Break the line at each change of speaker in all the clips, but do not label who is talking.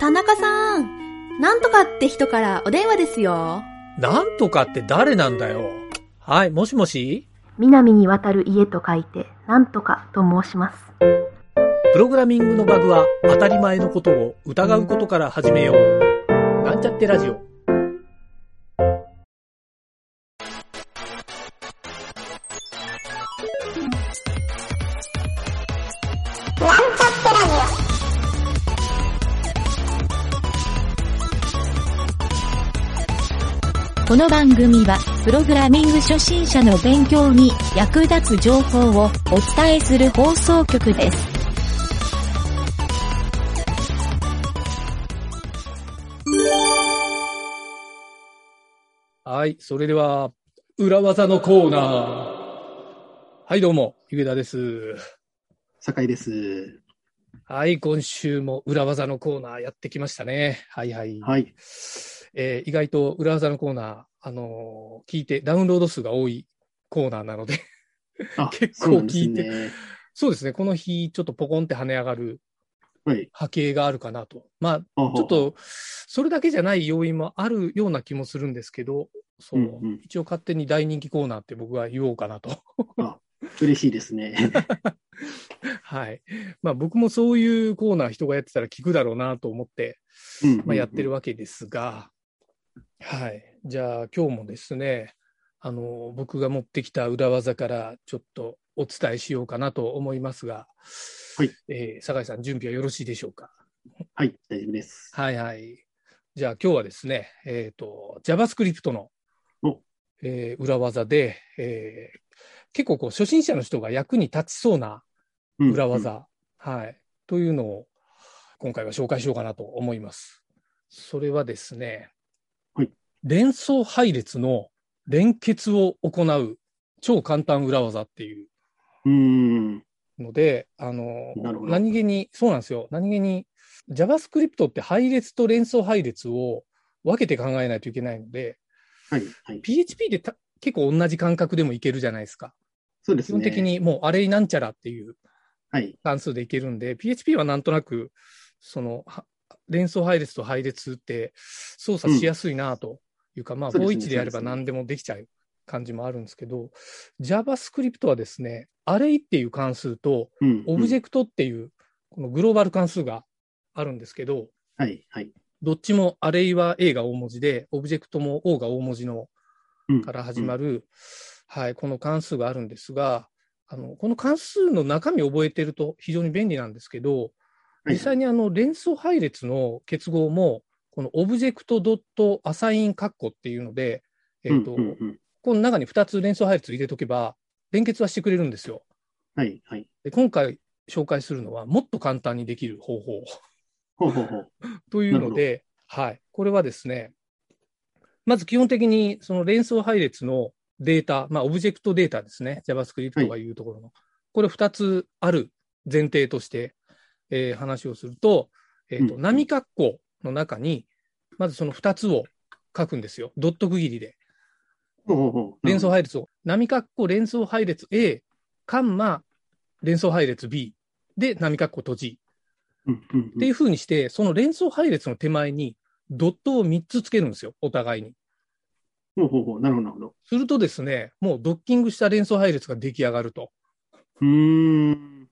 田中さん、なんとかって人からお電話ですよ。
なんとかって誰なんだよ。はい、もしもし
南に渡る家と書いて、なんとかと申します。
プログラミングのバグは当たり前のことを疑うことから始めよう。なんちゃってラジオ。
この番組は、プログラミング初心者の勉強に役立つ情報をお伝えする放送局です。
はい、それでは、裏技のコーナー。はい、どうも、ゆげだです。
酒井です。
はい、今週も裏技のコーナーやってきましたね。はいはい。
はい。
えー意外と裏技のコーナー、あのー聞いてダウンロード数が多いコーナーなので、
あ
結構
そうなんです
聞い
ね。
そうですね、この日ちょっとポコンって跳ね上がる
はい。
波形があるかなと。まあ、
ちょ
ちょっ、と、それだけじゃない要因もあるような気もするんですけど、そう、
うんうん
一応勝手に大人気コーナーって僕は言おうかなと。
嬉しいですね。
はい。まあ僕もそういうコーナー人がやってたら聞くだろうなと思って、
うん
まあ、やってる
わ。
わけですが、はい。じゃあ今日もですね、あの、僕が持ってきた裏技からちょっとお伝えしようかなと思いますが、
はい。
えー酒井さん、準備はよろしいでしょうか
はい、大丈夫です。
はいはい。じゃあ今日はですね、えっ、と、JavaScript の
お、
えー裏技で、えー結構こう初心者の人が役に立ちそうな
うん
裏。技、はい、というのを今回は紹介しようかなと思います。それはですね、
はい
連想配列の連結を行う超簡単裏技っていう
うん。
ので、あの
なるほど
何気に、そうなんですよ、何気に JavaScript って配列と連想配列を分けて考えないといけないので、
はい、はい。
PHP でた結構同じ感覚でもいけるじゃないですか。
そうです
基
ね。
本的。にもうあれなんちゃらっていう
はい。
関数でいけるんで、PHP はなんとなく、その、は連想配列と配列って操作しやすいなというか、まあ、
そうですね
51でやれば
そうですね
何でもできちゃう感じもあるんですけど、JavaScript はですね、アレイっていう関数と、
うん。
オブジ
ェク
ェクトっていう、このグローバル関数があるんですけど、
ト。はい、はい。
どっちもアレイは A が大文字で、オブジェクトも O が大文字の
うん
から始まる、はい、この関数があるんですが、あのこの関数の中身を覚えてると非常に便利なんですけど、
はい
実際にあの連想配列の結合も、このオブジェクトドットアサインカッコっていうので、えっと
うんうんうん
この中に2つ連想配列入れとけば、連結はしてくれるんですよ。
はい、はい。
で今回紹介するのは、もっと簡単にできる方法
ほうほうほう。
というので、はい、これはですね、まず基本的にその連想配列のデータ、まあ、オブジェクトデータですね、JavaScript がいうところの、これ2つある前提として、えー話をすると、えーと
うん
波括弧の中に、まずその2つを書くんですよ、ドット区切りで。
ほうほうほう。
連想
は
配列を、波括弧連想配列 A、カンマ連想配列 B で波括弧閉じ
うんうん
っていうふうにして、その連想配列の手前にドットを3つつけるんですよ、お互いに。
ほうほうほう。なるほど、なるほど。
するとですね、もうドッキングした連想配列が出来上がると。
うーん。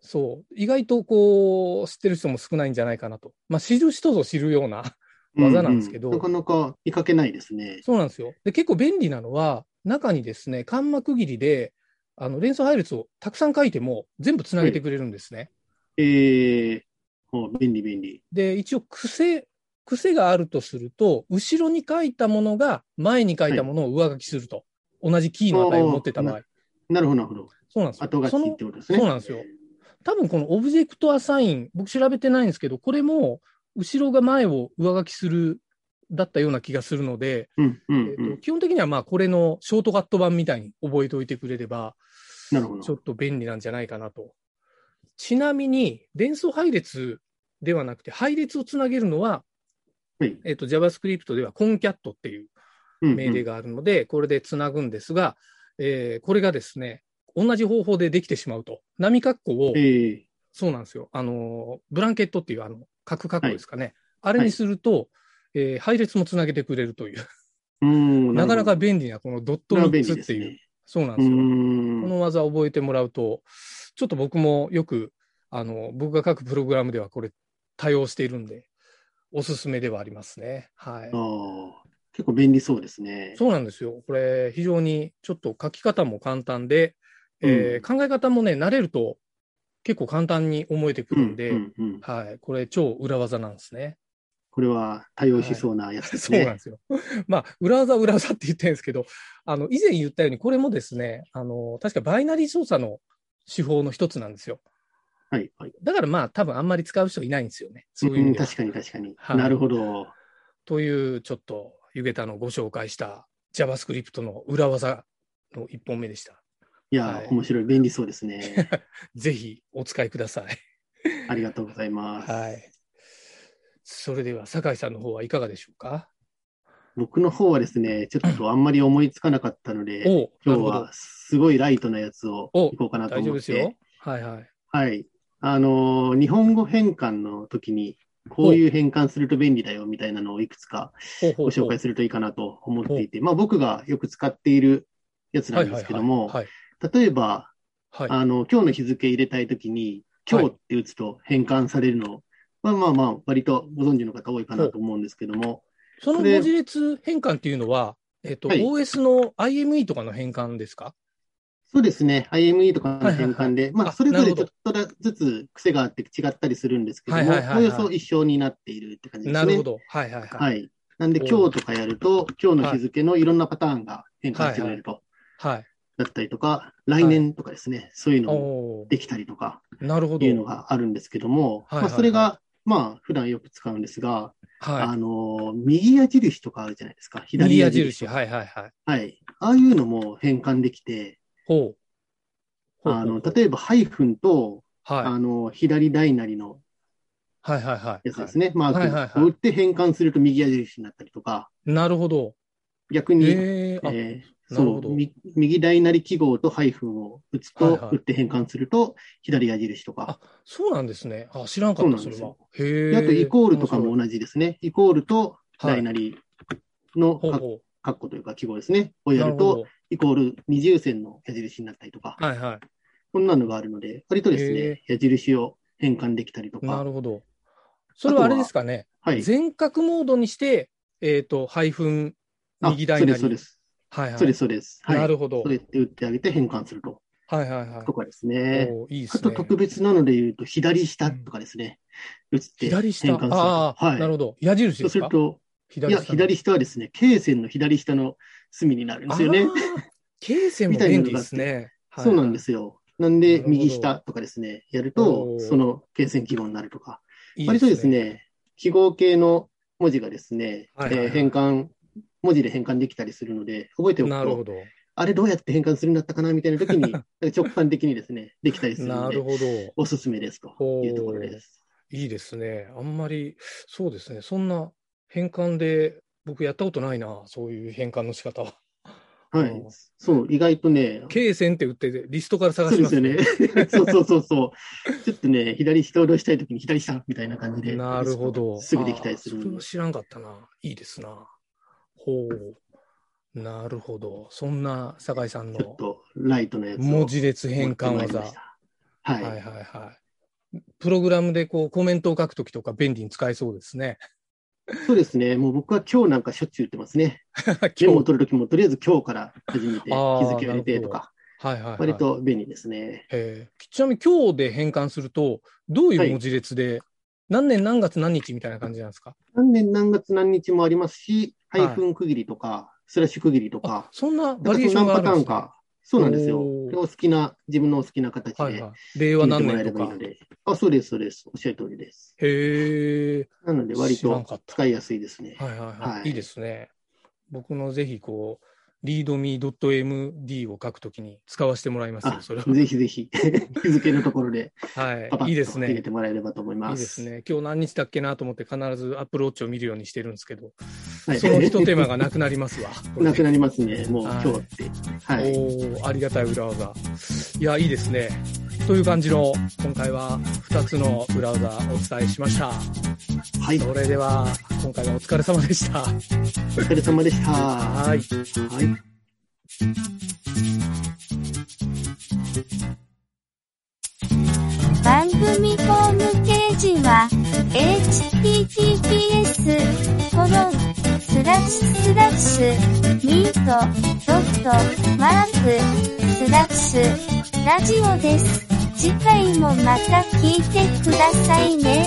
そう。意外とこう、知ってる人も少ないんじゃないかなと。まあ、知る人ぞ知るような。 技なんですけど
ううなかなか見かけないですね。
そうなんですよ。で、結構便利なのは、中にですね、間膜切りで、あの連想配列をたくさん書いても全部つなげてくれるんですね。
ええ。ほう便利、便利。
で、一応癖、癖があるとすると、後ろに書いたものが前に書いたものを上書きすると。同じキーの値を持ってた場
お
合
ー。なるほど、なるほど。
そうなんですよ。
後書
そ
きっ
の
てことですね。
そうなんですよ多分このオブジェクトアサイン、僕調べてないんですけど、これも後ろが前を上書きするだったような気がするので、
うん、う
え
ん、う
ーと
ん。
基本的にはまあこれのショートカット版みたいに覚えておいてくれれば、
なるほど
ちょ。っと便利なんじゃないかなと。ちなみに、連想配列ではなくて、配列をつなげるのは、
はい
えっと JavaScript では concat っていう命令
が。
があるので、これでつなぐんですが、えーこれがですね、同じ方法でできてしまうと。波括弧を
ええ。
そうなんですよ。あの、ブランケットっていう、あの、核加工ですかね。あれにすると、えー配列もつなげてくれるという、
うん。
なかなか
便
便利なこのドット
利
3つっていう、
ね。
そうなん
う
ですよ。
ん
こ。の技を覚えてもらうと、ちょっと僕もよく、あの、僕が書くプログラムではこれ対応しているんで、おすすめではありますね。はい。
ああ結構便利そうですね。
そうなんですよ。これ、非常にちょっと書き方も簡単で、えー考え方もね、慣れると結構簡単に思えてくるんで、
うんうんうん
はい。これ、超裏技なんです ね。
これは対応しそうなやつです
そうなん
ね。
ですよ。まあ、裏技、裏技って言ってるんですけど、あの、以前言ったように、これもですね、あの、確かバイナリー操作の手法の一つなんですよ。
はい、はい。
だからまあ、多分あんまり使う人いないんですよね。そういう
う
意味
ん、
では。
確かに確かに。
はい
なるほど。
という、ちょっと、ゆげたのご紹介した JavaScript の裏技の一本目でした。
い
は
や
い、
面白い。便利そうです ね。
ぜひ、お使いください。
ありがとうございます。
はい。それでは、酒井さんの方はいかがでしょうか
僕の方はですね、ちょっとあんまり思いつかなかったので、
おな
今
る
日
ほど
は。すごいライトなやつを
お
いこうかなと
大丈夫
思っ
です
て
よ。。はいはい。
はい。あのー、日本語変換の時に、こういう変換すると便利だよみたいなのをいくつか
ほうほ
ご
うほ
紹
う
介するといいかなと思っていて、まあ僕がよく使っているやつなんですけども、
はい
例えば、
はいはい、はい。
あの、今日の日付入れたいときに、今日って打つと変換されるの、まあまあまあ、割とご存知の方多いかなと思うんですけども、
その
これ
文字列変換っていうのは、えっと、
はい
OS の IME とかの変換ですか
そうですね、IME とかの変換で、ま
あ
あ、それぞ
なる
れ
ほ
ちょ
ど
っとだずつ癖があって違ったりするんですけど
はい
も、
はいはいはい
およそ一緒になっているって感じですね。
なるほど。はいはいはい。
はい。なんで、
お
今日とかやると、今日の日付のいろんなパターンが変換してくれると、
はい。
だったりとか、来年とかですね、そういうのも
お
できたりとか
ーなるほ
い
ど。
うのがあるんですけども、
はいはいはい
まあ、それが、まあ、普段よく使うんですが、
は
あのー、右矢印とかあるじゃないですか。
い。右
左
矢
矢印。
印。はいはいはい。
はい。ああいうのも変換できて、
ほう。ほう
あ
ほう
の、
ほう
例えばハイフンと、
は
あの、左大なりの
い。はいはいはい。
やつですね、マ
はいはい
ーク
はい
を打って変換すると右矢印になったりとか、
なるほど。
逆に、
えー、あ、
えー
なる
そ
ほど
う、み右大なり記号とハイフンを打つと、
はいはい
打って変換すると左矢印とか、
そうなんですね。あ、知らんかった、
そ
それ
うなんです
は
よ。
へ
で
え。
あとイコールとかも
面
同じですね。イコールと
白いは
大
い。
なりの
ほう
か
ほ
カッコというか記号ですね、を
う。
や
なる
る
ほ
と、
ど。
イコール二重線の矢印になったりとか、
はいは
こんなのがあるので、割とですね、矢印を変換できたりと
い。な
か、
るほど。それはあれですかね。
はい。
全角モードにして、えっ、と、ハイフン、
あ
右台なり。
そうです、
はいはい。
そうです。そうです、そうです。
な
はい。
るほど。
それって打ってあげて変換すると。
はいはいはい
と。かですね。
おーいいで
あ
す
と
ね。
特別なので言うと、左下とかですね。打って変換
左
する
下。
と。
ああ、
はい。
なるほど。矢印
そ
で
うす
す
る
か
と、い
左
や、
下。
左下はですね、経線の左下の隅になるんですよね。
あー。経線も便利ですね。。
そうなんですすよ。なん
なる
で、
ほど
右下とかですね、やる
お
と、
ー
その経線記号になるとか。
いい
割とです。ね、記号系の文字がですね、
はいはいはい
えー変換、文字で変換できたりするので、覚えておく
なるほ
と、
ど。
あれどうやって変換するんだったかなみたい な時に、なんか直感的にですね、できたりする
な
の
る
で、
ほど。
おすすめですというところです。
いいですね。あんまり、そうですね。そんな変換で、僕やったことないな。そういう変換の仕方は。う
は
ん
い。そう、意外とね、
経線って打って、リストから探
そう
し
で
ます
よ
す。
ね。 そうそうそうそう。ちょっとね、左下を押したいときに左下みたいな感じで、
なるほど。
すぐできたりする
あーそれ
の
は
で。
知らんかったな。いいですな。ほう。なるほど。そんな酒井さん
ちょっ
の
とライトのやつを
文字列変換
持ってまいり
技。
ま
は
し
い
たはい。
はいはい。プログラムでこうコメントを書くときとか便利に使えそうです ね。
そうですね。もう僕は今日なんかしょっちゅう言ってますね。
今日
メモを取るときも、とりあえず今日から始めて、
あー
日付を入れてとか、
はいはい、はい
割。と便利ですね。
えーちなみに今日で変換すると、どういう文字列で、何年何月何日みたいな感じなんですか
何年何月何日もありますし、
はい
配分区切りとか、スラッシュ区切りと
あ
か、、
そんな
な
バ
ん
リエー
か
ション
何
があ
パ
る
ター
ん
ン
ですね。
か。そうなんですよ。
おー
お好きな、自分のお好きな形
はい
で
はい。令和
決めて
何
もらえ
年
れ
と
ばいい
か
の。で。あ、そうです、そうです。おっしゃる通りです。
へえ。
なので、割
知らん
と
かった
使いやすいですね。
はいはいはい。
はい
い、いですね。僕のぜひこう、readme.md を書くときに使わせてもらいますよ、
あ、
それは。
ぜひぜひ、 日付のところで、パパ
はい。いいで
ッと
す
入れ
ね。
てもらえればと思い
いい
ま。
ですすね。今日何日だっけなと思って必ずアップルウォッチを見るようにしてるんですけど、
はい
その一テーマがなくなります わ。これ
なくなりますね、もう
はい
今日って。はい。
おーありがたい裏技。いや、いいですね。という感じの、今回は2つのブラウザお伝えしました。
はい。
それでは、今回はお疲れ様でした。
お疲れ様でした。は
はい。
い。
番組ホームページは、https, コロン、スラッシュスラッシュ、ミート、ドット、マーク、スラッシュ、ラジオです。次回もまた聞いてくださいね。